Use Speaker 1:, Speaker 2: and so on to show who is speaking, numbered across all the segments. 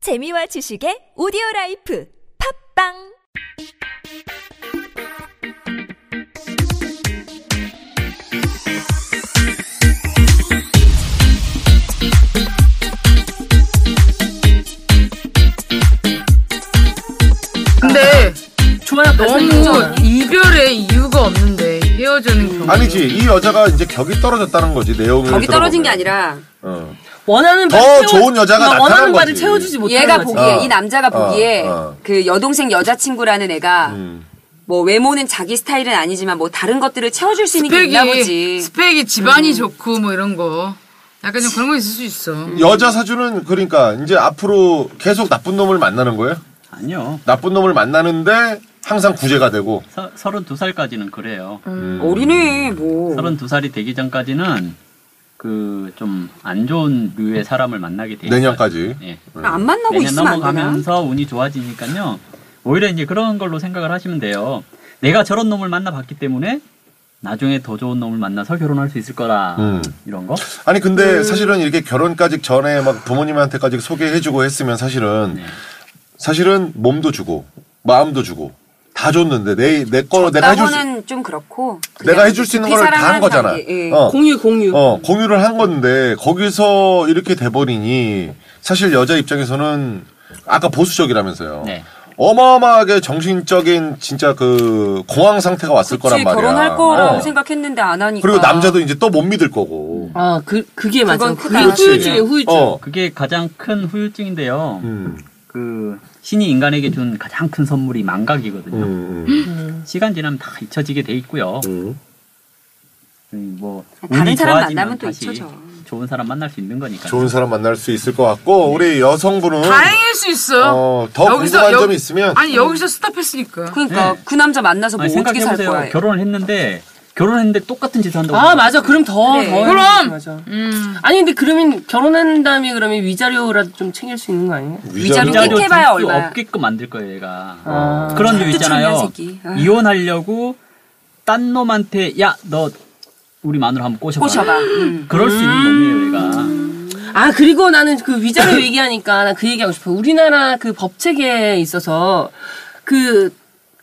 Speaker 1: 재미와 지식의 오디오 라이프 팝빵
Speaker 2: 근데
Speaker 3: 조만아
Speaker 2: 너무 이별의 이유가 없는데 헤어지는 경우
Speaker 4: 아니지 이 여자가 이제 격이 떨어졌다는 거지 내용을
Speaker 3: 거기
Speaker 4: 들어보면.
Speaker 3: 떨어진 게 아니라
Speaker 4: 어.
Speaker 2: 원하는
Speaker 4: 더 좋은 여자가 나타난
Speaker 2: 원하는 바를
Speaker 4: 거지.
Speaker 2: 채워주지 못하는
Speaker 3: 얘가
Speaker 2: 거지.
Speaker 3: 보기에
Speaker 4: 어.
Speaker 3: 이 남자가
Speaker 4: 어,
Speaker 3: 보기에
Speaker 4: 어.
Speaker 3: 그 여동생 여자친구라는 애가
Speaker 4: 음.
Speaker 3: 뭐 외모는 자기 스타일은 아니지만 뭐 다른 것들을 채워줄 수 있는 게 있나
Speaker 2: 스펙이
Speaker 3: 보지.
Speaker 2: 스펙이 집안이 좋고 뭐 이런 거 약간 좀 그런 거 있을 수 있어
Speaker 4: 여자 사주는 그러니까 이제 앞으로 계속 나쁜 놈을 만나는 거예요?
Speaker 5: 아니요.
Speaker 4: 나쁜 놈을 만나는데 항상 구제가 되고
Speaker 5: 서, 32살까지는 그래요.
Speaker 4: 음.
Speaker 3: 음. 어린애 뭐.
Speaker 5: 32살이 되기 전까지는 그 좀 안 좋은 류의 사람을 만나게 돼요.
Speaker 4: 내년까지
Speaker 5: 예.
Speaker 3: 안 만나고
Speaker 5: 내년
Speaker 3: 있으면 안 되나?
Speaker 5: 넘어가면서 운이 좋아지니까요. 오히려 이제 그런 걸로 생각을 하시면 돼요. 내가 저런 놈을 만나봤기 때문에 나중에 더 좋은 놈을 만나서 결혼할 수 있을 거라.
Speaker 4: 음.
Speaker 5: 이런 거.
Speaker 4: 아니
Speaker 3: 음.
Speaker 4: 근데 사실은 이렇게 결혼까지 전에 막 부모님한테까지 소개해주고 했으면 사실은 사실은 몸도 주고 마음도 주고 다 줬는데 내 내 거 내가 해줄 수
Speaker 3: 나고는 좀 그렇고. 그냥
Speaker 4: 내가 해줄 수 있는
Speaker 3: 그
Speaker 4: 걸 다 한
Speaker 3: 사람한테
Speaker 4: 거잖아.
Speaker 3: 한 게, 예.
Speaker 4: 어.
Speaker 2: 공유 공유
Speaker 4: 어, 공유를 한 건데 거기서 이렇게 돼버리니 사실 여자 입장에서는 아까 보수적이라면서요.
Speaker 5: 네.
Speaker 4: 어마어마하게 정신적인 진짜 그 공황 상태가 왔을 거란
Speaker 3: 그치,
Speaker 4: 말이야.
Speaker 3: 결혼할 거라고
Speaker 4: 어.
Speaker 3: 생각했는데 안 하니까.
Speaker 4: 그리고 남자도 이제 또 못 믿을 거고.
Speaker 6: 아, 그, 그게 맞아요.
Speaker 3: 그건
Speaker 6: 그게
Speaker 3: 크다.
Speaker 6: 후유증이에요, 후유증.
Speaker 4: 어.
Speaker 5: 그게 가장 큰 후유증인데요.
Speaker 4: 음,
Speaker 5: 그 신이 인간에게 준 가장 큰 선물이
Speaker 4: 음,
Speaker 5: 망각이거든요.
Speaker 4: 음,
Speaker 5: 시간 지나면 다 잊혀지게 돼 있고요.
Speaker 4: 음.
Speaker 5: 음, 뭐
Speaker 3: 다른
Speaker 5: 운이
Speaker 3: 사람
Speaker 5: 좋아지면
Speaker 3: 만나면 또
Speaker 5: 다시
Speaker 3: 잊혀져.
Speaker 5: 좋은 사람 만날 수 있는 거니까.
Speaker 4: 좋은 사람 만날 수 있을 것 같고 우리 여성분은
Speaker 2: 다행일 수 있어
Speaker 4: 어, 더 궁금한 점이 있으면
Speaker 2: 아니 여기서 스탑했으니까
Speaker 3: 그러니까
Speaker 5: 네.
Speaker 3: 그 남자 만나서 뭐
Speaker 5: 아니,
Speaker 3: 어떻게 살
Speaker 5: 생각해보세요.
Speaker 3: 거야.
Speaker 5: 결혼을 했는데 결혼했는데 똑같은 짓을 한다고.
Speaker 6: 아, 맞아. 그럼 더,
Speaker 3: 그래.
Speaker 6: 더.
Speaker 2: 그럼!
Speaker 6: 해야지, 맞아.
Speaker 2: 음.
Speaker 6: 아니, 근데 그러면 결혼한 다음에 그러면 위자료라도 좀 챙길 수 있는 거 아니에요?
Speaker 4: 위자료.
Speaker 3: 위자료
Speaker 5: 자료
Speaker 3: 깨봐야
Speaker 5: 줄 수
Speaker 3: 얼마야.
Speaker 5: 없게끔 만들 거예요, 얘가.
Speaker 6: 아.
Speaker 5: 그런 일
Speaker 3: 그것도 중요한
Speaker 5: 있잖아요.
Speaker 3: 새끼. 아.
Speaker 5: 이혼하려고 딴 놈한테 야, 너 우리 마누라 한번 꼬셔봐.
Speaker 3: 꼬셔봐. 음.
Speaker 5: 그럴 수 있는 놈이에요, 얘가.
Speaker 6: 아, 그리고 나는 그 위자료 얘기하니까 나 그 얘기하고 싶어. 우리나라 그 법체계에 있어서 그,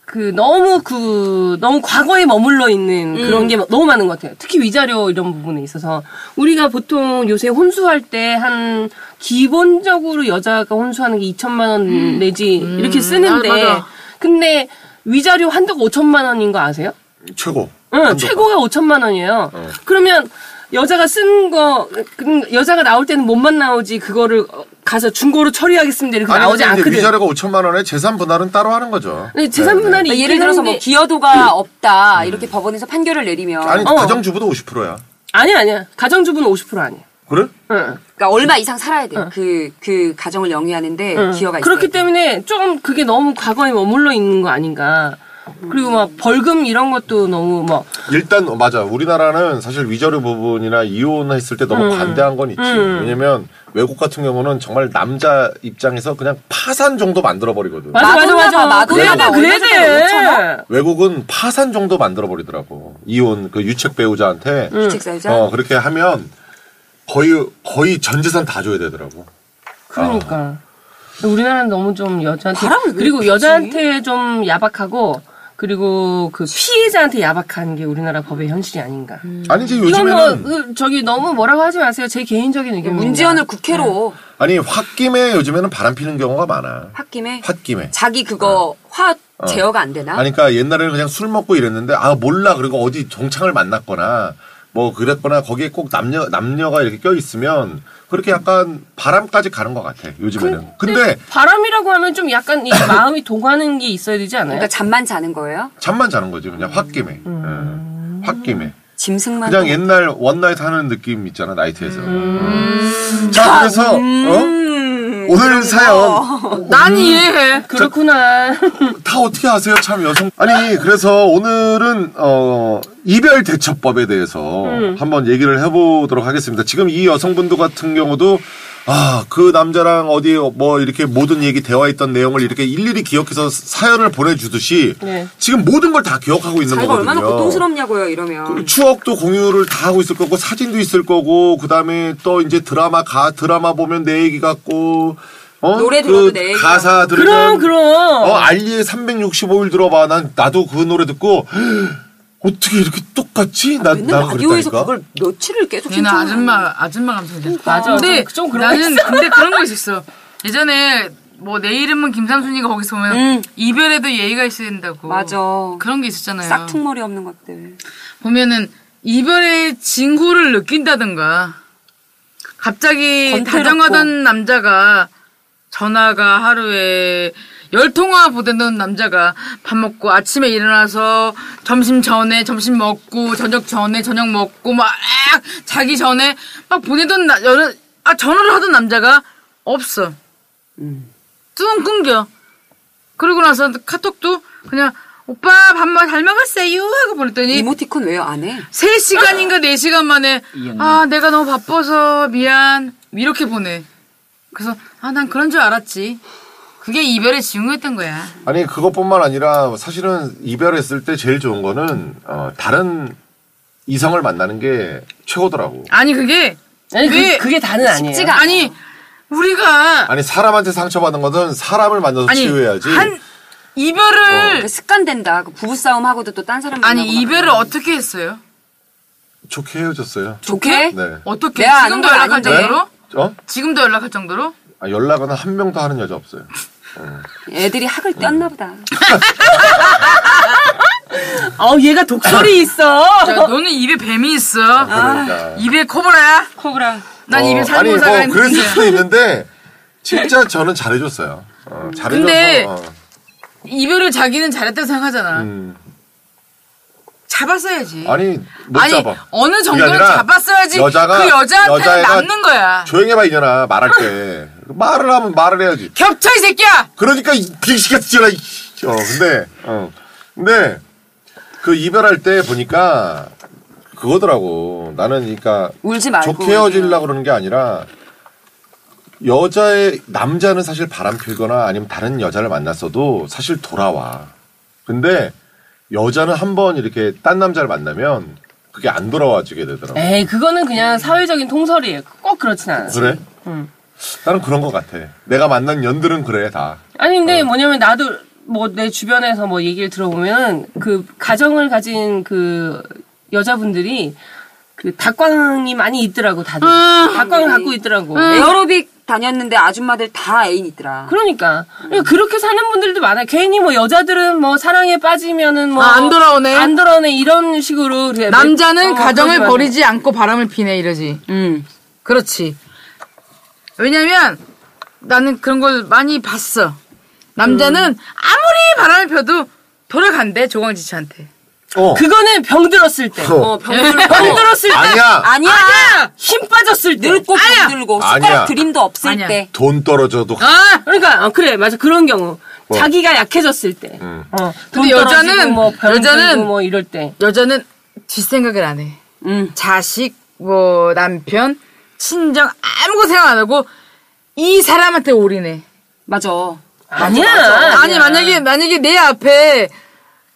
Speaker 6: 그 너무 그, 너무 과거에 머물러 있는
Speaker 2: 음.
Speaker 6: 그런 게 너무 많은 것 같아요. 특히 위자료 이런 부분에 있어서. 우리가 보통 요새 혼수할 때 한 기본적으로 여자가 혼수하는 게 2천만 원 내지 이렇게 쓰는데.
Speaker 2: 음. 아, 맞아.
Speaker 6: 근데 위자료 한도가 5천만 원인 거 아세요?
Speaker 4: 최고.
Speaker 6: 응, 최고가 5천만 원이에요.
Speaker 4: 어.
Speaker 6: 그러면 여자가 쓴 거, 그, 여자가 나올 때는 몸만 나오지 그거를 어, 가서 중고로 처리하겠습니다 이렇게
Speaker 4: 아니
Speaker 6: 나오지
Speaker 4: 근데 이제
Speaker 6: 않거든.
Speaker 4: 위자료가 5천만 원에 재산 분할은 따로 하는 거죠.
Speaker 6: 근데 재산
Speaker 4: 네, 네.
Speaker 6: 분할이
Speaker 3: 예를
Speaker 6: 있긴
Speaker 3: 들어서 뭐
Speaker 6: 한데-
Speaker 3: 기여도가 없다 이렇게 법원에서 판결을 내리면
Speaker 4: 아니
Speaker 6: 어.
Speaker 4: 가정주부도 50%야.
Speaker 6: 아니야 아니야 가정주부는 50% 아니야.
Speaker 4: 그래?
Speaker 6: 응.
Speaker 3: 그러니까 얼마 이상 살아야 돼. 그, 그 가정을 영위하는데
Speaker 6: 응.
Speaker 3: 기여가 있어야
Speaker 6: 그렇기
Speaker 3: 돼.
Speaker 6: 때문에 좀 그게 너무 과거에 머물러 있는 거 아닌가. 그리고 막 벌금 이런 것도 너무 뭐
Speaker 4: 일단 어, 맞아 우리나라는 사실 위자료 부분이나 이혼했을 때
Speaker 6: 음.
Speaker 4: 너무 관대한 건 있지 왜냐면 외국 같은 경우는 정말 남자 입장에서 그냥 파산 정도 만들어 버리거든
Speaker 6: 맞아 맞아
Speaker 3: 마돈나
Speaker 6: 맞아.
Speaker 3: 봐, 마돈나
Speaker 6: 그래야 돼
Speaker 3: 봐.
Speaker 6: 그래야
Speaker 3: 얼마 전에
Speaker 6: 돼.
Speaker 4: 외국은 파산 정도 만들어 버리더라고 이혼 그 유책 배우자한테
Speaker 6: 음,
Speaker 3: 주택사유자.
Speaker 4: 어 그렇게 하면 거의 거의 전 재산 다 줘야 되더라고
Speaker 6: 그러니까 우리나라는 너무 좀 여자한테
Speaker 3: 바람을 왜
Speaker 6: 그리고
Speaker 3: 피지?
Speaker 6: 여자한테 좀 야박하고 그리고 그 피해자한테 야박한 게 우리나라 법의 현실이 아닌가.
Speaker 4: 아니 이제
Speaker 6: 이건 뭐
Speaker 4: 음. 요즘에는
Speaker 6: 그, 저기 너무 뭐라고 하지 마세요. 제 개인적인 의견입니다.
Speaker 3: 문지연을 국회로
Speaker 4: 아니 홧김에 요즘에는 바람 피는 경우가 많아
Speaker 3: 홧김에
Speaker 4: 홧김에
Speaker 3: 자기 그거 화 제어가 안 되나?
Speaker 4: 아니, 그러니까 옛날에는 그냥 술 먹고 이랬는데, 아, 몰라. 그리고 어디 동창을 만났거나, 뭐 그랬거나, 거기에 꼭 남녀, 남녀가 이렇게 껴있으면, 그렇게 약간 바람까지 가는 것 같아, 요즘에는. 그 근데,
Speaker 6: 바람이라고 하면 좀 약간 이 마음이 동하는 게 있어야 되지 않아요?
Speaker 2: 네.
Speaker 3: 그러니까 잠만 자는 거예요?
Speaker 4: 잠만 자는 거지, 그냥 홧김에. 예, 홧김에.
Speaker 3: 짐승만.
Speaker 4: 그냥 옛날 원나잇 하는 느낌 있잖아, 나이트에서. 음. 자, 그래서, 어?
Speaker 3: 음.
Speaker 4: 오늘 사연
Speaker 2: 난 이해해
Speaker 6: 음. 그렇구나.
Speaker 4: 다 어떻게 아세요? 참 여성 아니 그래서 오늘은 어 이별 대처법에 대해서
Speaker 3: 음.
Speaker 4: 한번 얘기를 해보도록 하겠습니다. 지금 이 여성분도 같은 경우도 아 그 남자랑 어디 뭐 이렇게 모든 얘기 대화했던 내용을 이렇게 일일이 기억해서 사연을 보내주듯이
Speaker 6: 네.
Speaker 4: 지금 모든 걸 다 기억하고 있는
Speaker 3: 자기가
Speaker 4: 거거든요.
Speaker 3: 얼마나 고통스럽냐고요 이러면.
Speaker 4: 그 추억도 공유를 다 하고 있을 거고 사진도 있을 거고 그다음에 또 이제 드라마 가 드라마 보면 내 얘기 같고 어?
Speaker 3: 노래
Speaker 4: 그
Speaker 3: 들어도 내 얘기야.
Speaker 4: 가사 들으면
Speaker 6: 그럼 그럼.
Speaker 4: 어 알리의 365일 들어봐. 난 나도 그 노래 듣고 어떻게 이렇게 똑같지? 나
Speaker 3: 맨날
Speaker 4: 나
Speaker 3: 라디오에서
Speaker 4: 그랬다니까.
Speaker 3: 그걸 며칠을 계속
Speaker 2: 얘는
Speaker 3: 신청을
Speaker 2: 아줌마 아줌마 감성이잖아.
Speaker 6: 맞아.
Speaker 2: 근데
Speaker 6: 좀- 좀 그런 거
Speaker 2: 나는 근데 그런 거 있었어. 예전에 뭐 내 이름은 김삼순이가 거기서 보면
Speaker 3: 음.
Speaker 2: 이별에도 예의가 있어야 된다고.
Speaker 3: 맞아.
Speaker 2: 그런 게 있었잖아요.
Speaker 3: 싹퉁머리 없는 것들.
Speaker 2: 보면은 이별의 징후를 느낀다든가 갑자기
Speaker 3: 권태롭고.
Speaker 2: 다정하던 남자가 전화가 하루에 열 통화 보내던 남자가 밥 먹고 아침에 일어나서 점심 전에 점심 먹고 저녁 전에 저녁 먹고 막 자기 전에 막 보내던 나, 여러, 아 전화를 하던 남자가 없어
Speaker 3: 음.
Speaker 2: 뚱 끊겨 그러고 나서 카톡도 그냥 오빠 밥 잘 먹었어요 하고 보냈더니
Speaker 3: 이모티콘 왜요? 안 해?
Speaker 2: 3시간인가 4시간 만에
Speaker 5: 이 형님.
Speaker 2: 아 내가 너무 바빠서 미안 이렇게 보내 그래서 아 난 그런 줄 알았지 그게 이별의 징후였던 거야
Speaker 4: 아니 그것뿐만 아니라 사실은 이별했을 때 제일 좋은 거는 어, 다른 이성을 만나는 게 최고더라고.
Speaker 2: 아니 그게
Speaker 6: 아니,
Speaker 2: 왜-
Speaker 6: 그, 그게 다는 아니에요.
Speaker 3: 쉽지가
Speaker 2: 아니 우리가
Speaker 4: 아니 사람한테 상처받은 거든 사람을 만나서
Speaker 2: 아니
Speaker 4: 치유해야지. 어.
Speaker 2: 한 이별을
Speaker 3: 그 습관된다. 그 부부싸움하고도 또 딴 사람
Speaker 2: 아니
Speaker 3: 만나고 막
Speaker 2: 이별을 어떻게 했어요?
Speaker 4: 좋게 헤어졌어요.
Speaker 3: 좋게?
Speaker 4: 네.
Speaker 2: 어떻게
Speaker 3: 내가 아는
Speaker 2: 지금도
Speaker 3: 건
Speaker 2: 연락할
Speaker 3: 아닌데.
Speaker 2: 정도로?
Speaker 4: 어?
Speaker 2: 지금도 연락할 정도로?
Speaker 4: 아, 연락은 한 명도 하는 여자 없어요. 네.
Speaker 3: 애들이 학을
Speaker 2: 음.
Speaker 3: 떼었나 보다.
Speaker 6: 아우 얘가 독설이 있어.
Speaker 2: 야, 너는 입에 뱀이 있어
Speaker 4: 그러니까.
Speaker 2: 입에 코브라야
Speaker 6: 코브라.
Speaker 2: 아, 난
Speaker 4: 어,
Speaker 2: 입에
Speaker 4: 아니 뭐
Speaker 2: 살모사가 있는데
Speaker 4: 그랬을 수도 있는데 진짜 저는 잘해줬어요. 어, 잘해줘서.
Speaker 2: 근데-
Speaker 4: 어,
Speaker 2: 이별을 자기는 잘했다고 생각하잖아
Speaker 4: 음.
Speaker 2: 잡았어야지
Speaker 4: 아니 못
Speaker 2: 아니
Speaker 4: 잡아.
Speaker 2: 어느
Speaker 4: 그게
Speaker 2: 정도는
Speaker 4: 아니라
Speaker 2: 잡았어야지
Speaker 4: 여자가-
Speaker 2: 그 여자한테 는
Speaker 4: 여자애가
Speaker 2: 남는 거야.
Speaker 4: 조용해봐 이년아 말할 때 말을 하면 말을 해야지.
Speaker 2: 겹쳐 이 새끼야.
Speaker 4: 그러니까 이 빙시가 뛰어라. 이 씨. 어, 근데 어. 근데 그 이별할 때 보니까 그거더라고. 나는 그러니까
Speaker 3: 울지 말고.
Speaker 4: 좋게 헤어지려고 그러는 게 아니라 여자의 남자는 사실 바람 필거나 아니면 다른 여자를 만났어도 사실 돌아와. 근데 여자는 한 번 이렇게 딴 남자를 만나면 그게 안 돌아와지게 되더라고.
Speaker 6: 에이 그거는 그냥 사회적인 통설이에요. 꼭 그렇진 않아.
Speaker 4: 그래? 나는 그런 것 같아. 내가 만난 연들은 그래 다.
Speaker 6: 아니 근데 뭐냐면 나도 뭐 내 주변에서 뭐 얘기를 들어보면 그 가정을 가진 그 여자분들이 그 닭광이 많이 있더라고 다들
Speaker 2: 음.
Speaker 6: 닭광을 갖고 있더라고. 예?
Speaker 3: 에어로빅 다녔는데 아줌마들 다 애인 있더라.
Speaker 6: 그러니까 그렇게 사는 분들도 많아요. 괜히 뭐 여자들은 뭐 사랑에 빠지면은 뭐
Speaker 2: 아, 안 돌아오네.
Speaker 6: 안 돌아오네 이런 식으로 그래.
Speaker 2: 남자는
Speaker 6: 어,
Speaker 2: 가정을
Speaker 6: 그러지 마세요.
Speaker 2: 버리지 않고 바람을 피네 이러지.
Speaker 3: 음.
Speaker 2: 그렇지. 왜냐면 나는 그런 걸 많이 봤어. 남자는 아무리 바람을 펴도 돌아간대 조광지 씨한테.
Speaker 4: 어.
Speaker 6: 그거는 병들었을 때.
Speaker 3: 어, 병들고.
Speaker 6: 병들었을 때.
Speaker 4: 아니야.
Speaker 3: 아니야.
Speaker 6: 힘 빠졌을 때.
Speaker 3: 늙고
Speaker 2: 아니야.
Speaker 3: 병들고
Speaker 4: 아니야.
Speaker 3: 숟가락 드림도 없을
Speaker 2: 아니야.
Speaker 3: 때.
Speaker 4: 돈 떨어져도
Speaker 2: 아
Speaker 6: 그러니까 어, 그래 맞아 그런 경우 자기가 약해졌을 때. 어, 돈
Speaker 2: 근데 여자는-
Speaker 6: 떨어지고 뭐 병들고
Speaker 2: 여자는-
Speaker 6: 뭐 이럴 때.
Speaker 2: 여자는 뒷생각을 안 해.
Speaker 3: 음.
Speaker 2: 자식, 뭐 남편, 친정 아무것도 생각 안 하고 이 사람한테 올인해.
Speaker 3: 맞아.
Speaker 6: 아니야.
Speaker 2: 예. 아니 만약에 만약에 내 앞에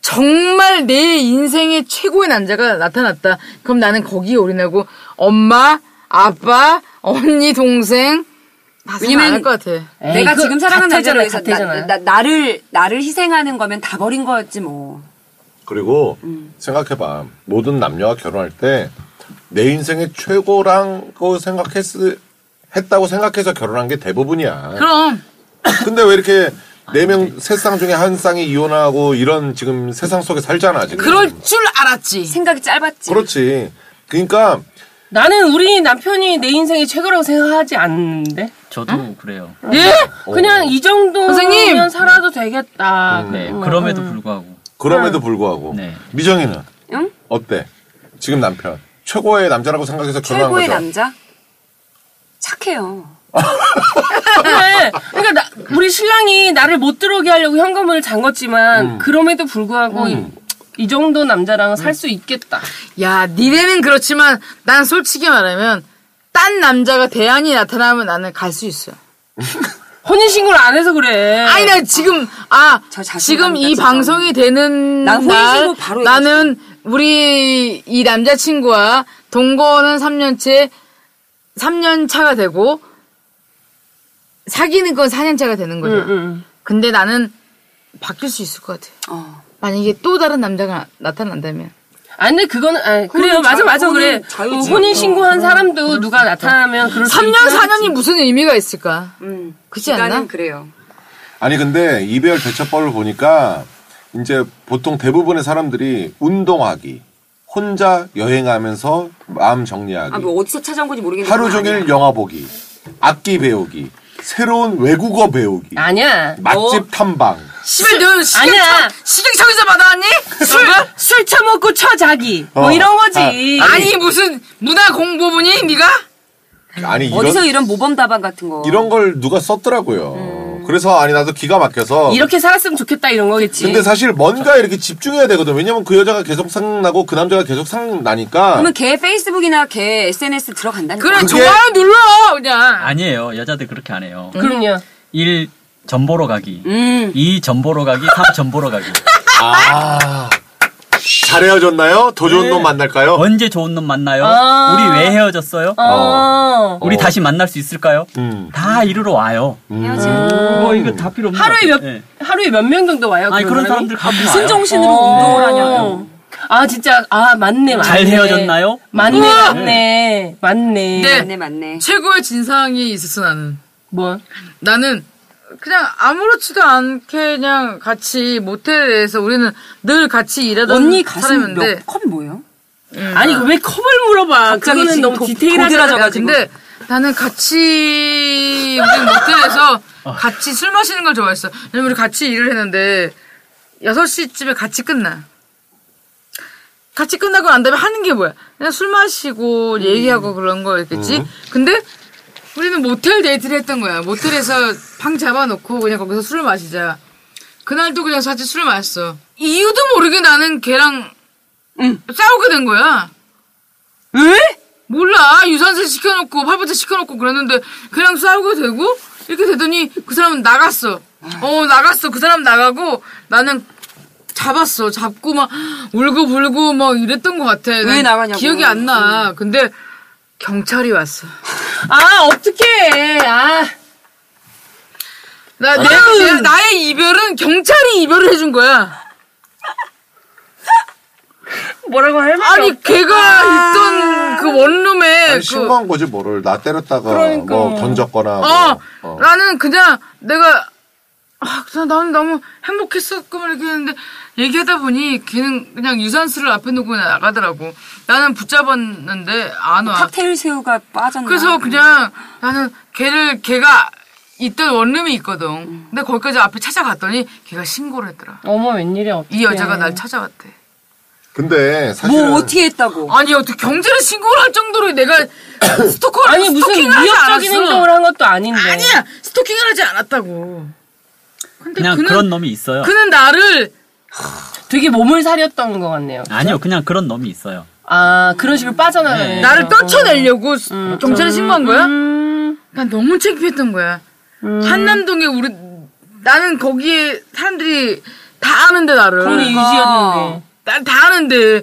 Speaker 2: 정말 내 인생의 최고의 남자가 나타났다. 그럼 나는 거기에 올인하고 엄마, 아빠, 언니, 동생 다 생각
Speaker 3: 왜냐면
Speaker 2: 안할 것 같아.
Speaker 6: 에이,
Speaker 3: 내가
Speaker 6: 그거
Speaker 3: 지금 사랑하는
Speaker 6: 자퇴잖아요,
Speaker 3: 남자로 해서
Speaker 6: 자퇴잖아요.
Speaker 3: 나, 를 나를 희생하는 거면 다 버린 거였지 뭐.
Speaker 4: 그리고 생각해봐 모든 남녀가 결혼할 때 내 인생의 최고랑 거 생각했 했다고 생각해서 결혼한 게 대부분이야.
Speaker 2: 그럼
Speaker 4: 근데 왜 이렇게 네명세 쌍 중에 한 쌍이 이혼하고 이런 지금 세상 속에 살잖아 지금.
Speaker 2: 그럴 줄 알았지.
Speaker 3: 생각이 짧았지.
Speaker 4: 그렇지. 그러니까
Speaker 6: 나는 우리 남편이 내 인생이 최고라고 생각하지 않는데.
Speaker 5: 저도
Speaker 3: 어?
Speaker 5: 그래요.
Speaker 2: 예?
Speaker 6: 그냥 이 정도면
Speaker 2: 선생님!
Speaker 6: 살아도
Speaker 3: 어,
Speaker 6: 되겠다.
Speaker 5: 네, 그럼에도 불구하고
Speaker 4: 그럼에도 불구하고
Speaker 5: 네.
Speaker 4: 미정이는
Speaker 3: 응?
Speaker 4: 어때? 지금 남편 최고의 남자라고 생각해서 결혼한
Speaker 3: 최고의
Speaker 4: 거죠.
Speaker 3: 남자? 착해요.
Speaker 6: 그래. 그러니까 나- 우리 신랑이 나를 못 들어오게 하려고 현금을 잠궜지만 그럼에도 불구하고 이, 이 정도 남자랑 은 살 수 있겠다.
Speaker 2: 야 니네는 그렇지만 난 솔직히 말하면 딴 남자가 대안이 나타나면 나는 갈 수 있어.
Speaker 6: 혼인신고를 안 해서 그래.
Speaker 2: 아니 나 지금 아
Speaker 3: 저 자신감이다,
Speaker 2: 지금 이
Speaker 3: 진짜.
Speaker 2: 방송이 되는
Speaker 3: 난
Speaker 2: 날
Speaker 3: 혼인신고 바로
Speaker 2: 나는 우리 이 남자친구와 동거는 3년째 3년 차가 되고
Speaker 7: 사귀는 건 4년차가 되는 거죠.
Speaker 6: 음.
Speaker 2: 근데 나는 바뀔 수 있을 것 같아.
Speaker 3: 어.
Speaker 7: 만약에 또 다른 남자가 나타난다면.
Speaker 6: 아, 근데 그거는, 아, 그래요. 맞아, 맞아. 그래. 어, 혼인 신고한 사람도 누가 나타나면 그럴 수
Speaker 7: 3년,
Speaker 6: 있긴 하지.
Speaker 7: 4년이 무슨 의미가 있을까?
Speaker 3: 음.
Speaker 7: 그렇지 않나?
Speaker 3: 시간은 그래요.
Speaker 4: 아니 근데 이별 대처법을 보니까 이제 보통 대부분의 사람들이 운동하기, 혼자 여행하면서 마음 정리하기,
Speaker 3: 아, 뭐 어디서 찾아온 건지 모르겠는데.
Speaker 4: 하루
Speaker 3: 그건 아니야.
Speaker 4: 종일 영화 보기, 악기 배우기, 새로운 외국어 배우기,
Speaker 6: 아니야. 뭐
Speaker 4: 맛집
Speaker 6: 너-
Speaker 3: 어?
Speaker 4: 탐방.
Speaker 2: 씨발, 너
Speaker 6: 아니야.
Speaker 2: 식약청, 식약청에서 받아왔니?
Speaker 6: 술, 술 처먹고 처자기. 뭐
Speaker 4: 어.
Speaker 6: 이런 거지.
Speaker 2: 아니, 무슨 문화 공보부니, 네가
Speaker 4: 아니 이런
Speaker 3: 어디서 이런 모범답안 같은 거.
Speaker 4: 이런 걸 누가 썼더라고요.
Speaker 3: 음.
Speaker 4: 그래서 아니 나도 기가 막혀서
Speaker 6: 이렇게 살았으면 좋겠다 이런 거겠지.
Speaker 4: 근데 사실 뭔가 이렇게 집중해야 되거든. 왜냐면 그 여자가 계속 생각나고 그 남자가 계속 생각나니까
Speaker 3: 그러면 걔 페이스북이나 걔 SNS 들어간다니까.
Speaker 2: 그래,
Speaker 4: 그게-
Speaker 2: 좋아요 눌러, 그냥.
Speaker 5: 아니에요. 여자들 그렇게 안 해요.
Speaker 6: 그럼요.
Speaker 5: 1. 전보러 가기.
Speaker 3: 음.
Speaker 5: 2. 전보러 가기. 3. 전보러 가기.
Speaker 4: 아. 잘 헤어졌나요? 더
Speaker 3: 네.
Speaker 4: 좋은 놈 만날까요?
Speaker 5: 언제 좋은 놈 만나요?
Speaker 6: 아.
Speaker 5: 우리 왜 헤어졌어요?
Speaker 6: 어.
Speaker 5: 우리
Speaker 4: 어.
Speaker 5: 다시 만날 수 있을까요?
Speaker 4: 음.
Speaker 5: 다 이리로 와요. 뭐 이거 다 필요 없는
Speaker 6: 하루에
Speaker 5: 것
Speaker 6: 몇,
Speaker 5: 같아. 예.
Speaker 6: 하루에 몇 명 정도 와요?
Speaker 5: 아니 그런
Speaker 6: 사람이?
Speaker 5: 사람들 가끔
Speaker 3: 무슨
Speaker 5: 와요.
Speaker 3: 정신으로
Speaker 6: 어.
Speaker 3: 운동을 하냐.
Speaker 6: 아, 진짜, 아, 맞네, 맞네.
Speaker 5: 잘 헤어졌나요?
Speaker 6: 맞네, 맞네. 맞네.
Speaker 2: 네.
Speaker 3: 맞네, 맞네.
Speaker 2: 최고의 진상이 있었어, 나는.
Speaker 6: 뭐.
Speaker 2: 나는 그냥 아무렇지도 않게 그냥 같이 모텔에서 우리는 늘 같이 일하던
Speaker 3: 언니 가슴
Speaker 2: 사람인데
Speaker 3: 몇컵 뭐예요?
Speaker 6: 아니, 그 왜 컵을 물어봐.
Speaker 3: 갑자기
Speaker 6: 그거는
Speaker 3: 지금
Speaker 6: 너무
Speaker 3: 도-
Speaker 6: 디테일하잖아.
Speaker 2: 야,
Speaker 3: 도드라져가지고.
Speaker 2: 음, 근데 나는 같이 우리 모텔에서 같이 술 마시는 걸 좋아했어. 왜냐면 우리 같이 일을 했는데 6시쯤에 같이 끝나. 같이 끝나고 난 다음에 하는 게 뭐야? 그냥 술 마시고 얘기하고
Speaker 3: 음.
Speaker 2: 그런 거였겠지? 근데 우리는 모텔 데이트를 했던 거야. 모텔에서 방 잡아놓고 그냥 거기서 술을 마시자. 그날도 그냥 같이 술을 마셨어. 이유도 모르게 나는 걔랑 싸우게 된 거야. 몰라 유산슬 시켜놓고 팔부터 시켜놓고 그랬는데 그냥 싸우게 되고 이렇게 되더니 그 사람은 나갔어
Speaker 3: 아.
Speaker 2: 어 나갔어 그 사람 나가고 나는 잡았어 잡고 막 울고불고 막 이랬던 것 같아 난
Speaker 3: 나가냐고.
Speaker 2: 기억이 안 나 근데 경찰이 왔어
Speaker 6: 아, 어떡해. 아.
Speaker 2: 나, 내, 내- 나의 이별은 경찰이 이별을 해준 거야
Speaker 6: 뭐라고 할 말이
Speaker 2: 아니 걔가 있던 그 원룸에
Speaker 4: 아니,
Speaker 2: 그
Speaker 4: 신고한 거지 뭐를 나 때렸다가
Speaker 6: 그러니까. 아!
Speaker 4: 뭐 던졌거나
Speaker 2: 어,
Speaker 4: 뭐. 어.
Speaker 2: 나는 그냥 내가 아, 그냥 나는 너무 행복했었구만 이렇게 했는데 얘기하다 보니 걔는 그냥 유산슬을 앞에 놓고 그냥 나가더라고. 나는 붙잡았는데 안 와.
Speaker 3: 칵테일 새우가 빠졌나.
Speaker 2: 그래서 그냥 나는 걔를 걔가 있던 원룸이
Speaker 6: 음.
Speaker 2: 있거든. 근데 거기까지 앞에 찾아갔더니 걔가 신고를 했더라.
Speaker 6: 어머, 웬일이야.
Speaker 2: 이 여자가 날 찾아왔대.
Speaker 4: 근데 사실은
Speaker 3: 뭐 어떻게 했다고.
Speaker 2: 아니 어떻게 경찰에 신고를 할 정도로 내가 스토커를
Speaker 6: 아니, 무슨
Speaker 2: 스토킹을 하지
Speaker 6: 위협적인
Speaker 2: 않았어.
Speaker 6: 행동을 한 것도 아닌데.
Speaker 2: 아니야 스토킹을 하지 않았다고. 근데
Speaker 5: 그냥
Speaker 2: 그는-
Speaker 5: 그런 놈이 있어요.
Speaker 2: 그는 나를
Speaker 6: 되게 몸을 사렸던 것 같네요.
Speaker 5: 아니요, 그냥 그런 놈이 있어요.
Speaker 6: 아, 그런 식으로 빠져나가는.
Speaker 5: 네.
Speaker 2: 나를 떨쳐내려고 경찰에 신고한 거야?
Speaker 6: 음,
Speaker 2: 난 너무 창피했던 거야. 한남동에 우리 나는 거기에 사람들이 다 아는데 나를.
Speaker 6: 그런 이유지였는데.
Speaker 2: 난다 아는데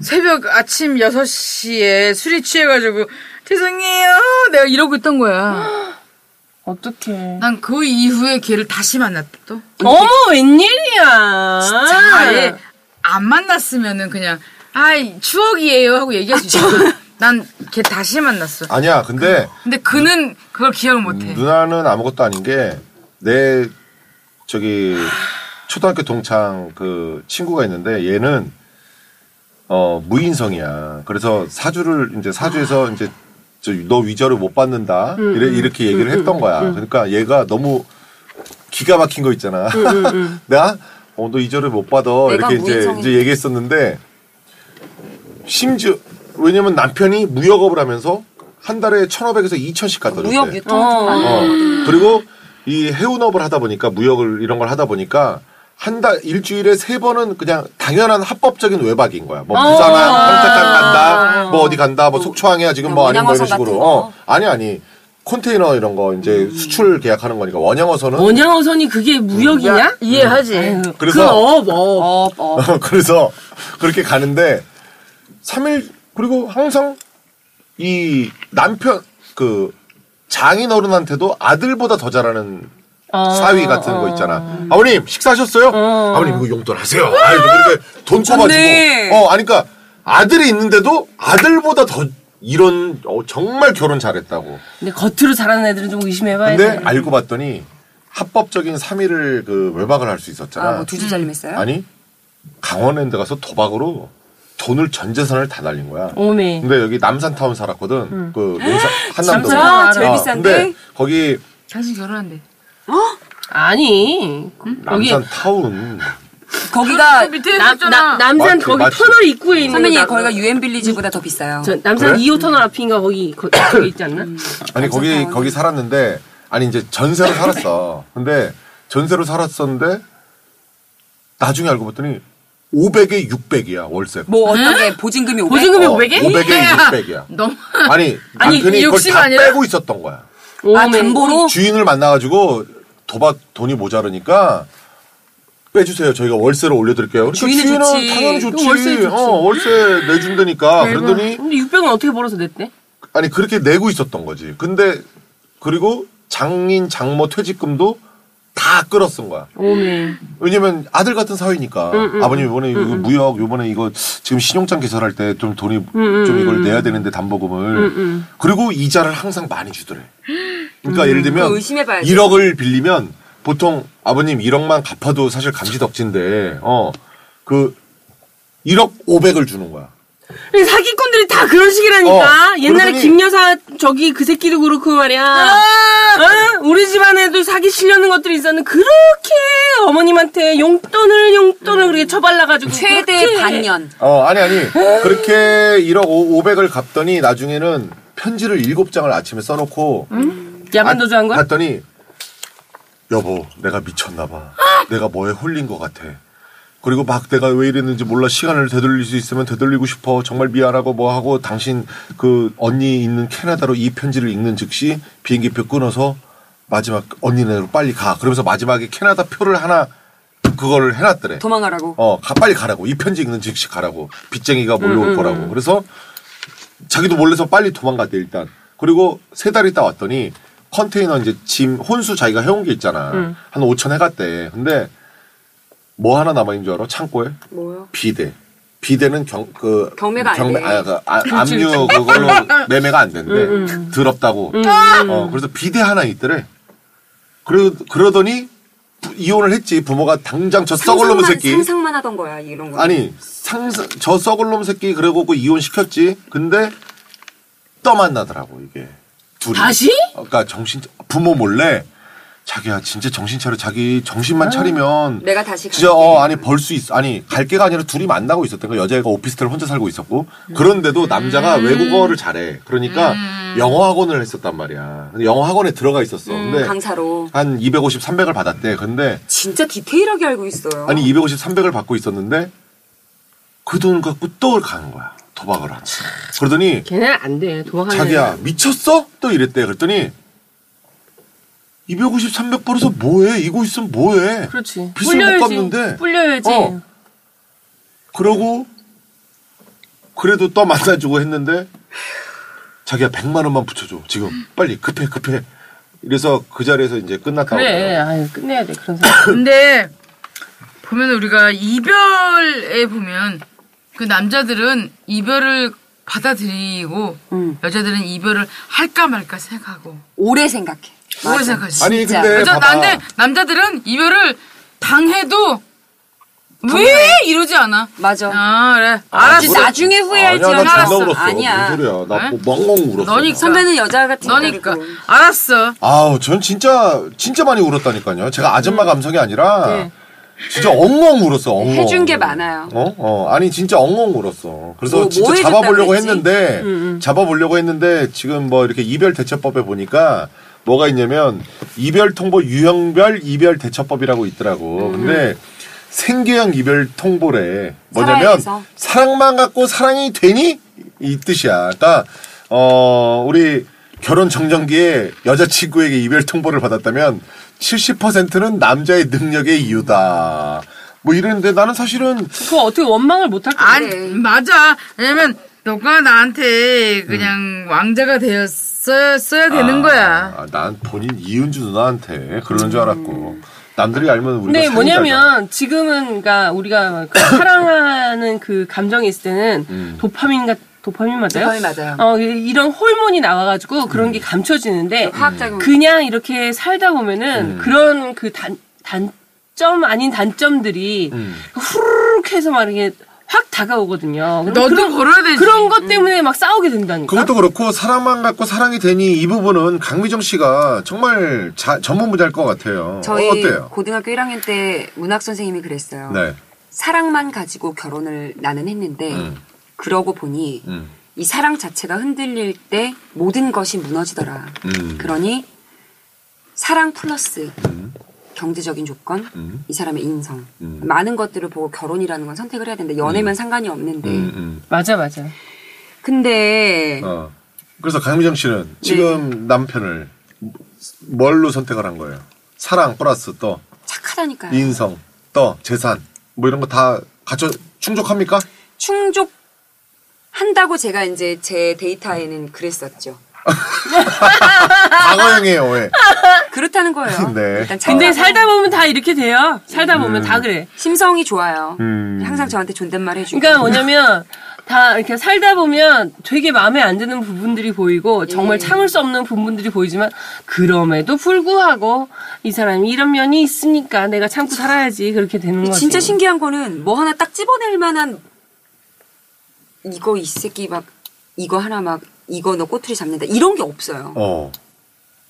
Speaker 2: 새벽 아침 6시에 술이 취해가지고 죄송해요 내가 이러고 있던 거야.
Speaker 6: 어떡해.
Speaker 2: 난 그 이후에 걔를 다시 만났다 또.
Speaker 6: 어머, 웬일이야.
Speaker 2: 아예 안 만났으면은 그냥 아이 추억이에요 하고 얘기할
Speaker 3: 아,
Speaker 2: 수 있어. 난걔 다시 만났어.
Speaker 4: 아니야. 근데 음.
Speaker 2: 근데 그는 그걸 기억을
Speaker 6: 음.
Speaker 2: 못해.
Speaker 4: 누나는 아무것도 아닌 게 내 저기 초등학교 동창 그 친구가 있는데 얘는 어 무인성이야. 그래서 사주를 이제 사주에서 이제 저 너 위자료 못 받는다
Speaker 6: 음,
Speaker 4: 이래 이렇게 얘기를 했던 거야. 그러니까 얘가 너무 기가 막힌 거 있잖아. 내가 어 너 위자료 못 받아
Speaker 3: 내가
Speaker 4: 이렇게 이제
Speaker 3: 무인성이-
Speaker 4: 이제 얘기했었는데 심지어 왜냐면 남편이 무역업을 하면서 한 달에 1,500에서 2,000씩 갖다 줬대.
Speaker 3: 무역 유통.
Speaker 6: 어.
Speaker 4: 어. 그리고 이 해운업을 하다 보니까 무역을 이런 걸 하다 보니까 한 달 일주일에 세 번은 그냥 당연한 합법적인 외박인 거야.
Speaker 3: 어.
Speaker 4: 뭐 부산항, 평택항 간다, 뭐 어디 간다, 뭐 속초항이야 지금 뭐 아닌 거 이런
Speaker 3: 원양어선 같은
Speaker 4: 식으로.
Speaker 3: 거. 음.
Speaker 4: 어. 아니 아니 컨테이너 이런 거 이제 수출 계약하는 거니까 원양어선은
Speaker 6: 원양어선이 그게 무역이냐?
Speaker 2: 이해하지.
Speaker 4: 그래서-
Speaker 6: 그 업, 업.
Speaker 3: 어, 어.
Speaker 4: 그래서 그렇게 가는데 3일 그리고 항상 이 남편 그 장인어른한테도 아들보다 더 잘하는
Speaker 6: 아,
Speaker 4: 사위 같은 거 있잖아. 아버님 식사하셨어요? 아버님 이거 용돈 하세요. 아유 그러니까 돈
Speaker 3: 좋네.
Speaker 4: 꿔가지고 어 아니까 아들이 있는데도 아들보다 더 이런 어, 정말 결혼 잘했다고.
Speaker 6: 근데 겉으로 잘하는 애들은 좀 의심해봐야
Speaker 4: 근데
Speaker 3: 네.
Speaker 6: 돼.
Speaker 4: 알고 봤더니 합법적인 3위를 그 외박을 할 수 있었잖아.
Speaker 3: 아, 뭐 두 집 살림했어요?
Speaker 4: 아니 강원랜드 가서 도박으로 돈을 전 재산을 다 날린 거야.
Speaker 6: 오메.
Speaker 4: 근데 여기 남산타운 살았거든. 그 용산 한남동.
Speaker 6: 남산 알아.
Speaker 3: 음. 제일 비싼데?
Speaker 4: 근데 거기
Speaker 2: 당신 결혼한대.
Speaker 6: 아니 여기
Speaker 4: 남산타운.
Speaker 3: 거기가
Speaker 2: 밑에
Speaker 6: 남,
Speaker 2: 있었잖아.
Speaker 6: 남, 산
Speaker 4: 맞지,
Speaker 6: 거기
Speaker 4: 맞지.
Speaker 6: 터널 입구에 있는
Speaker 3: 선배님
Speaker 6: 남-
Speaker 3: 거기가 유엔 빌리지보다 더 비싸요.
Speaker 6: 음, 저, 남산
Speaker 4: 그래?
Speaker 6: 2호 터널 앞인가 거기 거, 거기 있지 않나?
Speaker 3: 음.
Speaker 4: 아니 거기
Speaker 3: 남산타운.
Speaker 4: 거기 살았는데 아니 이제 전세로 살았어. 근데 전세로 살았었는데 나중에 알고 봤더니 500에 600이야 월세. 어,
Speaker 3: 뭐 어떻게 보증금이 500?
Speaker 6: 보증금이 500에?
Speaker 4: 500에 600이야.
Speaker 2: 너무
Speaker 4: 아니
Speaker 2: 아니,
Speaker 4: 남편이 그걸
Speaker 2: 욕심
Speaker 4: 다
Speaker 2: 아니라?
Speaker 4: 빼고 있었던 거야.
Speaker 3: 아
Speaker 6: 오메.
Speaker 3: 담보로?
Speaker 4: 주인을 만나가지고 도박 돈이 모자르니까 빼주세요. 저희가 월세로 올려드릴게요. 그러니까
Speaker 3: 주인은 좋지.
Speaker 4: 당연히 좋지.
Speaker 6: 그 월세 좋지.
Speaker 4: 어, 월세 내준다니까. 그러더니
Speaker 6: 근데 600은 어떻게 벌어서 냈대?
Speaker 4: 아니 그렇게 내고 있었던 거지. 근데 그리고 장인 장모 퇴직금도 다 끌어 쓴 거야.
Speaker 6: 오메.
Speaker 4: 왜냐면 아들 같은 사위니까
Speaker 3: 음,
Speaker 4: 아버님 이번에 이거 무역 요번에 이거 지금 신용장 개설할 때 좀 돈이
Speaker 3: 음,
Speaker 4: 좀 이걸 내야 되는데 담보금을 그리고 이자를 항상 많이 주더래. 그러니까 예를 들면
Speaker 3: 음, 그거 의심해봐야지.
Speaker 4: 1억을 빌리면 보통 아버님 1억만 갚아도 사실 감지덕진데 어, 어그 1억 500을 주는 거야.
Speaker 6: 사기꾼들이 다 그런 식이라니까.
Speaker 4: 어,
Speaker 6: 옛날에
Speaker 4: 그러더니-
Speaker 6: 김 여사 저기 그 새끼도 그렇고 말이야.
Speaker 3: 아,
Speaker 6: 어? 우리 집안에도 사기 실려는 것들이 있었는데 그렇게 어머님한테 용돈을 용돈을 그렇게 쳐발라가지고
Speaker 3: 최대
Speaker 6: 그렇게-
Speaker 3: 반년.
Speaker 4: 어, 아니, 아니. 그렇게 1억 500을 갚더니 나중에는 편지를 7장을 아침에 써놓고.
Speaker 6: 야반도주 음? 한 거야?
Speaker 4: 봤더니, 여보, 내가 미쳤나봐. 내가 뭐에 홀린 것 같아. 그리고 막 내가 왜 이랬는지 몰라. 시간을 되돌릴 수 있으면 되돌리고 싶어. 정말 미안하고 뭐하고 당신 그 언니 있는 캐나다로 이 편지를 읽는 즉시 비행기표 끊어서 마지막 언니네로 빨리 가. 그러면서 마지막에 캐나다 표를 하나 그거를 해놨더래.
Speaker 3: 도망가라고.
Speaker 4: 어, 가, 빨리 가라고. 이 편지 읽는 즉시 가라고. 빚쟁이가
Speaker 3: 음,
Speaker 4: 몰려올 거라고. 그래서 자기도 몰래서 빨리 도망갔대, 일단. 그리고 세 달 있다 왔더니 컨테이너 이제 짐, 혼수 자기가 해온 게 있잖아.
Speaker 3: 음.
Speaker 4: 한 5천 해갔대. 근데 뭐 하나 남아있는 줄 알아? 창고에?
Speaker 3: 뭐요?
Speaker 4: 비대. 비대는 경, 그.
Speaker 3: 경매가 안 돼.
Speaker 4: 아, 그 아, 압류 그걸로 매매가 안 된대.
Speaker 3: 음,
Speaker 4: 더럽다고. 어, 그래서 비대 하나 있더래. 그러, 그러더니 이혼을 했지. 부모가 당장 저 썩을 놈의
Speaker 3: 상상만-
Speaker 4: 새끼.
Speaker 3: 상상만 하던 거야 이런 거.
Speaker 4: 아니 상사 저 썩을 놈 새끼 그래갖고 이혼 시켰지. 근데 떠 만나더라고 이게 둘이.
Speaker 6: 다시?
Speaker 4: 그러니까 정신 부모 몰래 자기야 진짜 정신 차려 자기 정신만 차리면
Speaker 3: 내가 다시
Speaker 4: 진짜
Speaker 3: 아. 네, 갈게.
Speaker 4: 어 아니 벌 수 있어 아니 갈 게가 아니라 둘이 만나고 있었던 거야 여자애가 오피스텔 혼자 살고 있었고
Speaker 3: 음.
Speaker 4: 그런데도 남자가 외국어를 잘해 그러니까 영어 학원을 했었단 말이야 근데 영어 학원에 들어가 있었어 근데
Speaker 3: 음, 강사로.
Speaker 4: 한 250, 300을 받았대 근데
Speaker 3: 진짜 디테일하게 알고 있어요.
Speaker 4: 아니 250, 300을 받고 있었는데 그 돈 갖고 또 가는 거야 도박을 하지 그러더니
Speaker 6: 걔네는 안 돼. 도망가는
Speaker 4: 자기야 미쳤어? 또 이랬대 그랬더니 250, 300 벌어서 뭐해 이거 있으면 뭐해
Speaker 6: 그렇지.
Speaker 4: 빚을
Speaker 6: 불려야지.
Speaker 4: 못 갚는데.
Speaker 6: 불려야지.
Speaker 4: 어. 그러고 그래도 또 만나주고 했는데 자기야 100만 원만 붙여줘 지금 빨리 급해 급해 이래서 그 자리에서 이제 끝났다고
Speaker 6: 그래.
Speaker 4: 그래요.
Speaker 6: 예, 아유, 끝내야 돼. 그런 사람.
Speaker 2: 근데 보면 우리가 이별에 보면 그 남자들은 이별을 받아들이고
Speaker 3: 음.
Speaker 2: 여자들은 이별을 할까 말까 생각하고
Speaker 3: 오래 생각해.
Speaker 2: 오래
Speaker 3: 맞아.
Speaker 2: 생각하지.
Speaker 4: 아니
Speaker 3: 진짜.
Speaker 4: 근데
Speaker 2: 여자
Speaker 4: 네, 봐봐
Speaker 2: 나한테 남자들은 이별을 당해도 왜 이러지 않아?
Speaker 3: 맞아.
Speaker 2: 아 그래
Speaker 3: 혹시
Speaker 2: 알았어.
Speaker 3: 나중에 후회할지
Speaker 4: 아니야 나
Speaker 2: 알았어.
Speaker 4: 존나 울었어
Speaker 3: 아니야.
Speaker 4: 무슨 소리야 나뭐
Speaker 2: 네?
Speaker 4: 멍멍 울었어
Speaker 2: 너니까.
Speaker 3: 선배는 여자 같은
Speaker 2: 너니까 음.
Speaker 3: 거고.
Speaker 2: 알았어.
Speaker 4: 아우, 전 진짜, 진짜 많이 울었다니까요. 제가 아줌마 감성이 아니라, 진짜 엉엉 울었어, 엉엉.
Speaker 3: 네. 해준 게 많아요.
Speaker 4: 어? 어, 아니, 진짜 엉엉 울었어. 그래서
Speaker 3: 뭐, 뭐
Speaker 4: 진짜
Speaker 3: 해줬다고
Speaker 4: 잡아보려고
Speaker 3: 그랬지?
Speaker 4: 했는데, 잡아보려고 했는데, 지금 뭐 이렇게 이별 대처법에 보니까, 뭐가 있냐면, 이별 통보 유형별 이별 대처법이라고 있더라고. 근데, 생계형 이별 통보래. 뭐냐면,
Speaker 3: 살아야 돼서.
Speaker 4: 사랑만 갖고 사랑이 되니? 이 뜻이야. 그러니까 어 우리 결혼 정전기에 여자친구에게 이별 통보를 받았다면 70%는 남자의 능력의 이유다. 뭐 이러는데 나는 사실은
Speaker 6: 그거 어떻게 원망을 못 할까?
Speaker 2: 아니 맞아. 왜냐면 너가 나한테 그냥 왕자가 되었.
Speaker 7: 써야, 써야 되는 거야.
Speaker 4: 아, 난 본인 이은주 누나한테 그러는 줄 알았고 남들이 알면 우리가
Speaker 6: 근데 네,
Speaker 4: 상의자다.
Speaker 6: 뭐냐면 지금은 그러니까 우리가 그 사랑하는 그 감정이 있을 때는
Speaker 4: 음.
Speaker 6: 도파민과 도파민 맞아요?
Speaker 3: 도파민 맞아요.
Speaker 6: 어 이- 이런 호르몬이 나와가지고 그런
Speaker 4: 음.
Speaker 6: 게 감춰지는데
Speaker 3: 화학작용.
Speaker 6: 그냥 이렇게 살다
Speaker 4: 음.
Speaker 6: 보면은 그런 그 단 단점 아닌 단점들이
Speaker 4: 음.
Speaker 6: 그 후루룩 해서 막 이게 확 다가오거든요.
Speaker 2: 너도
Speaker 6: 그런-
Speaker 2: 걸어야 되지.
Speaker 6: 그런 것 때문에 막 싸우게 된다니까.
Speaker 4: 그것도 그렇고 사랑만 갖고 사랑이 되니 이 부분은 강미정 씨가 정말 자- 전문 분야일 것 같아요.
Speaker 3: 저희 음.
Speaker 4: 어, 어때요?
Speaker 3: 고등학교 1학년 때 문학 선생님이 그랬어요.
Speaker 4: 네.
Speaker 3: 사랑만 가지고 결혼을 나는 했는데 그러고 보니
Speaker 4: 음.
Speaker 3: 이 사랑 자체가 흔들릴 때 모든 것이 무너지더라.
Speaker 4: 음.
Speaker 3: 그러니 사랑 플러스 경제적인 조건,
Speaker 4: 음.
Speaker 3: 이 사람의 인성 많은 것들을 보고 결혼이라는 건 선택을 해야 되는데 연애면 상관이 없는데
Speaker 4: 음.
Speaker 6: 맞아 맞아.
Speaker 3: 근데
Speaker 4: 어. 그래서 강미정 씨는 지금 남편을 뭘로 선택을 한 거예요? 사랑 플러스 또
Speaker 3: 착하다니까요.
Speaker 4: 인성 또 재산 뭐 이런 거 다 갖춰 충족합니까?
Speaker 3: 충족 한다고 제가 이제 제 데이터에는 그랬었죠.
Speaker 4: 과거형이에요 왜?
Speaker 3: 그렇다는 거예요.
Speaker 4: 네.
Speaker 3: 일단 착하고
Speaker 6: 근데 살다 보면 다 이렇게 돼요. 살다 보면 다 그래.
Speaker 3: 심성이 좋아요.
Speaker 4: 음.
Speaker 3: 항상 저한테 존댓말 해주고.
Speaker 6: 그러니까 뭐냐면 다 이렇게 살다 보면 되게 마음에 안 드는 부분들이 보이고
Speaker 4: 예.
Speaker 6: 정말 참을 수 없는 부분들이 보이지만 그럼에도 불구하고 이 사람이 이런 면이 있으니까 내가 참고 살아야지 그렇게 되는 거지.
Speaker 3: 진짜 신기한 거는 뭐 하나 딱 집어낼 만한 이거 이 새끼 막 이거 하나 막 이거 너 꼬투리 잡는다 이런 게 없어요.
Speaker 4: 어.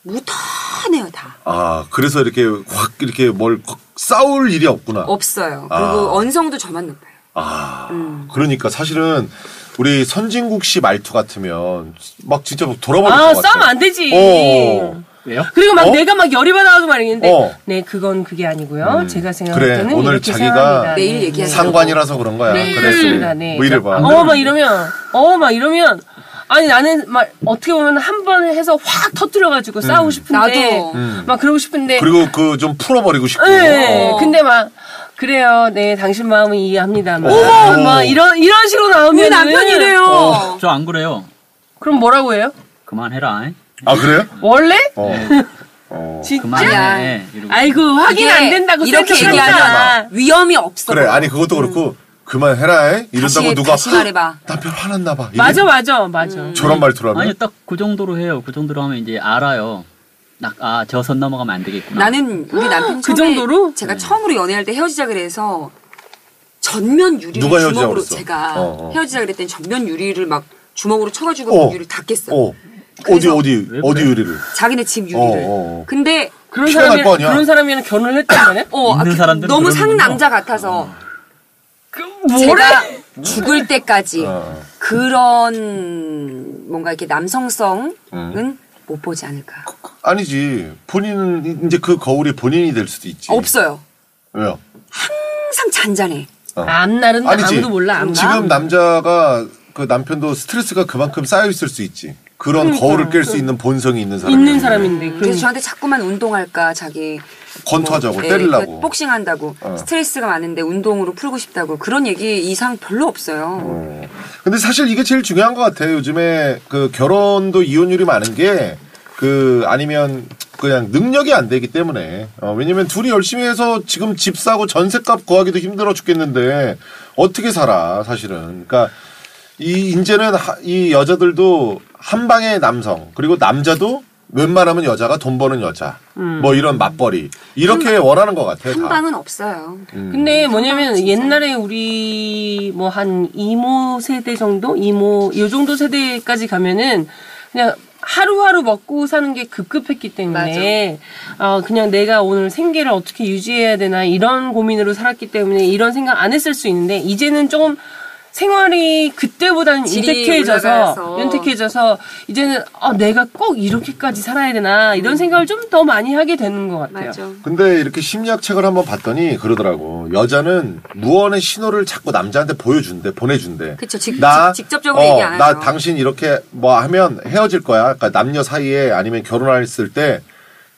Speaker 3: 무던해요 다.
Speaker 4: 아 그래서 이렇게 확 이렇게 뭘 싸울 일이 없구나.
Speaker 3: 없어요. 그리고
Speaker 4: 아.
Speaker 3: 언성도 저만 높아요.
Speaker 4: 아,
Speaker 3: 음.
Speaker 4: 그러니까 사실은 우리 선진국 씨 말투 같으면 막 진짜 막 돌아버릴
Speaker 6: 아
Speaker 4: 것 같아.
Speaker 6: 싸우면 안 되지.
Speaker 4: 어.
Speaker 5: 왜요?
Speaker 6: 그리고 막
Speaker 4: 어?
Speaker 6: 내가 막 열이 받아가지고 막 이랬는데
Speaker 4: 어. 음.
Speaker 6: 네 그건 그게 아니고요. 제가 생각할
Speaker 4: 그래,
Speaker 6: 때는
Speaker 4: 오늘
Speaker 6: 이렇게
Speaker 4: 자기가
Speaker 6: 생각합니다.
Speaker 3: 내일
Speaker 6: 네.
Speaker 3: 얘기하자.
Speaker 4: 상관이라서 그런 거야.
Speaker 6: 그렇습니다.
Speaker 4: 그래서
Speaker 6: 네.
Speaker 4: 뭐 이래 봐.
Speaker 6: 어, 막 이러면, 어, 막 이러면, 아니 나는 막 어떻게 보면 한 번 해서 확 터뜨려가지고
Speaker 4: 음.
Speaker 6: 싸우고 싶은데,
Speaker 3: 나도.
Speaker 6: 막 그러고 싶은데,
Speaker 4: 그리고 그 좀 풀어버리고 싶고.
Speaker 6: 네,
Speaker 4: 어.
Speaker 6: 근데 막 그래요, 네 당신 마음은 이해합니다. 막,
Speaker 4: 어머!
Speaker 6: 막 이런 이런 식으로 나오면
Speaker 3: 왜 남편이래요?
Speaker 4: 어.
Speaker 5: 저 안 그래요.
Speaker 6: 그럼 뭐라고 해요?
Speaker 5: 그만해라. 잉.
Speaker 4: 아 그래요?
Speaker 6: 원래?
Speaker 4: 어.
Speaker 5: 그만해. 예, 이러고.
Speaker 6: 아이고 확인
Speaker 3: 이게
Speaker 6: 안 된다고 그러니까.
Speaker 3: 이렇게
Speaker 6: 생각하잖아.
Speaker 3: 얘기하면 위험이 없어.
Speaker 4: 그래. 아니 그것도 그렇고 그만해라. 해. 이런다고
Speaker 3: 다시,
Speaker 4: 누가
Speaker 3: 다시 말해봐.
Speaker 4: 남편 화났나 봐. 이게
Speaker 6: 맞아, 맞아, 맞아.
Speaker 3: 음.
Speaker 4: 저런 말투라면.
Speaker 5: 아니 딱 그 정도로 해요. 그 정도로 하면 이제 알아요. 아저선 넘어가면 안 되겠구나.
Speaker 3: 나는 우리 남편
Speaker 6: 그
Speaker 3: 처음에
Speaker 6: 정도로?
Speaker 3: 제가 처음으로 연애할 때 헤어지자 그래서 전면 유리를
Speaker 4: 누가 헤어지자
Speaker 3: 주먹으로
Speaker 4: 그랬어?
Speaker 3: 제가
Speaker 4: 어, 어.
Speaker 3: 헤어지자 그랬더니 전면 유리를 막 주먹으로 쳐가지고
Speaker 4: 어.
Speaker 3: 그 유리를 다 깼어요.
Speaker 4: 어. 어디
Speaker 3: 그래서-
Speaker 4: 어디
Speaker 5: 왜
Speaker 4: 어디
Speaker 5: 그래?
Speaker 4: 유리를.
Speaker 3: 자기네 집 유리를.
Speaker 4: 어, 어.
Speaker 3: 근데
Speaker 6: 그런
Speaker 4: 피곤할
Speaker 6: 사람이
Speaker 4: 거 아니야.
Speaker 6: 그런 사람이랑 결혼을 했단 말이야?
Speaker 3: 어,
Speaker 5: 있는
Speaker 3: 아,
Speaker 5: 사람들은 어.
Speaker 3: 너무
Speaker 5: 그러는군요.
Speaker 3: 상남자 같아서
Speaker 6: 뭐래?
Speaker 3: 제가 죽을 때까지
Speaker 4: 어.
Speaker 3: 그런 뭔가 이렇게 남성성은
Speaker 4: 음.
Speaker 3: 못 보지 않을까.
Speaker 4: 아니지. 본인은 이제 그 거울이 본인이 될 수도 있지.
Speaker 3: 없어요.
Speaker 4: 왜요?
Speaker 3: 항상 잔잔해.
Speaker 5: 음.
Speaker 6: 앞날은
Speaker 4: 어. 아니지.
Speaker 6: 아무도 몰라. 앞날.
Speaker 4: 지금 남자가 그 남편도 스트레스가 그만큼 쌓여 있을 수 있지. 그런 거울을 깰 수 있는 본성이 있는 사람.
Speaker 6: 있는 사람인데.
Speaker 3: 그래서
Speaker 6: 그러니까.
Speaker 3: 저한테 자꾸만 운동할까 자기
Speaker 4: 권투하자고
Speaker 3: 예,
Speaker 4: 때리려고.
Speaker 3: 그러니까 복싱한다고
Speaker 4: 어.
Speaker 3: 스트레스가 많은데 운동으로 풀고 싶다고 그런 얘기 이상 별로 없어요.
Speaker 4: 어. 근데 사실 이게 제일 중요한 것 같아요. 요즘에 그 결혼도 이혼율이 많은 게 그 아니면 그냥 능력이 안 되기 때문에 어, 왜냐면 둘이 열심히 해서 지금 집 사고 전셋값 구하기도 힘들어 죽겠는데 어떻게 살아 사실은 그러니까 이 이제는 하- 이 여자들도 한 방의 남성 그리고 남자도 웬만하면 여자가 돈 버는 여자 뭐 이런 맞벌이 이렇게 원하는 것 같아요.
Speaker 3: 음. 한
Speaker 4: 다.
Speaker 3: 방은 없어요.
Speaker 4: 음.
Speaker 3: 음.
Speaker 6: 근데
Speaker 3: 아,
Speaker 6: 뭐냐면 옛날에 우리 뭐 한 이모 세대 정도 이모 요 정도 세대까지 가면은 그냥 하루하루 먹고 사는 게 급급했기 때문에 어, 그냥 내가 오늘 생계를 어떻게 유지해야 되나 이런 고민으로 살았기 때문에 이런 생각 안 했을 수 있는데 이제는 조금 생활이 그때보다는
Speaker 3: 질이
Speaker 6: 윤택해져서
Speaker 3: 올라가서.
Speaker 6: 윤택해져서 이제는 아, 내가 꼭 이렇게까지 살아야 되나 이런 생각을 좀 더 많이 하게 되는 것 같아요.
Speaker 3: 음. 맞아.
Speaker 4: 근데 이렇게 심리학책을 한번 봤더니 그러더라고. 여자는 무언의 신호를 자꾸 남자한테 보여준대, 보내준대. 어,
Speaker 3: 그쵸, 직- 직- 직접적으로 얘기 안
Speaker 4: 나
Speaker 3: 하죠.
Speaker 4: 당신 이렇게 뭐 하면 헤어질 거야. 그러니까 남녀 사이에 아니면 결혼했을 때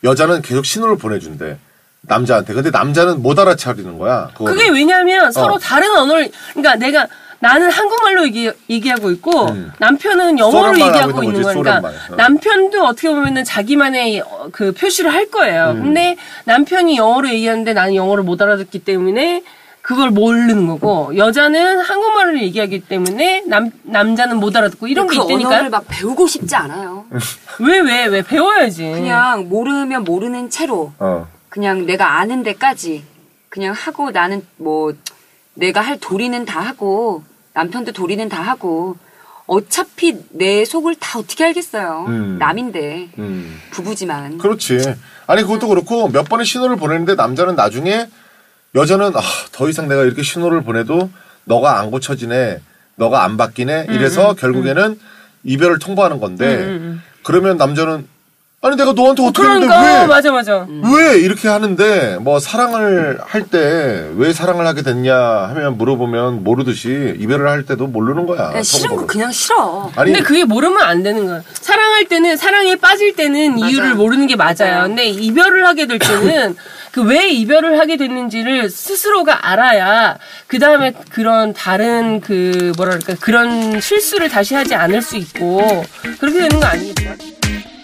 Speaker 4: 여자는 계속 신호를 보내준대. 남자한테. 근데 남자는 못 알아차리는 거야. 그거를.
Speaker 6: 그게 왜냐면 서로
Speaker 4: 어.
Speaker 6: 다른 언어를 그러니까 내가 나는 한국말로 얘기, 얘기하고 있고
Speaker 4: 음.
Speaker 6: 남편은 영어로
Speaker 4: 소련말 하고
Speaker 6: 얘기하고
Speaker 4: 있는
Speaker 6: 있는
Speaker 4: 거지,
Speaker 6: 거니까
Speaker 4: 소련말. 어.
Speaker 6: 남편도 어떻게 보면은 자기만의 어, 그 표시를 할 거예요.
Speaker 4: 음.
Speaker 6: 근데 남편이 영어로 얘기하는데 나는 영어를 못 알아듣기 때문에 그걸 모르는 거고 여자는 한국말을 얘기하기 때문에 남 남자는 못 알아듣고 이런 게
Speaker 3: 그
Speaker 6: 있다니까
Speaker 3: 언어를 막 배우고 싶지 않아요.
Speaker 6: 왜 왜 왜 배워야지
Speaker 3: 그냥 모르면 모르는 채로
Speaker 4: 어.
Speaker 3: 그냥 내가 아는 데까지 그냥 하고 나는 뭐 내가 할 도리는 다 하고 남편도 도리는 다 하고 어차피 내 속을 다 어떻게 알겠어요.
Speaker 4: 음.
Speaker 3: 남인데
Speaker 4: 음.
Speaker 3: 부부지만
Speaker 4: 그렇지. 아니 그것도 그렇고 몇 번의 신호를 보내는데 남자는 나중에 여자는 아, 더 이상 내가 이렇게 신호를 보내도 너가 안 고쳐지네, 너가 안
Speaker 6: 음,
Speaker 4: 바뀌네 이래서 결국에는 이별을 통보하는 건데 그러면 남자는 아니 내가 너한테 어떻게 했는데
Speaker 6: 음. 그러니까
Speaker 4: 왜?
Speaker 6: 맞아 맞아
Speaker 4: 왜 이렇게 하는데 뭐 사랑을 할 때 왜 사랑을 하게 됐냐 하면 물어보면 모르듯이 이별을 할 때도 모르는 거야.
Speaker 6: 그러니까
Speaker 3: 그냥 싫은 거
Speaker 4: 속으로.
Speaker 3: 그냥 싫어.
Speaker 4: 아니
Speaker 6: 근데 그게 모르면 안 되는 거야. 사랑할 때는 사랑에 빠질 때는
Speaker 3: 맞아요.
Speaker 6: 이유를 모르는 게 맞아요.
Speaker 3: 맞아요.
Speaker 6: 근데 이별을 하게 될 때는 그 왜 이별을 하게 됐는지를 스스로가 알아야 그 다음에 그런 다른 그 뭐랄까 그런 실수를 다시 하지 않을 수 있고 그렇게 되는 거 아니겠어요?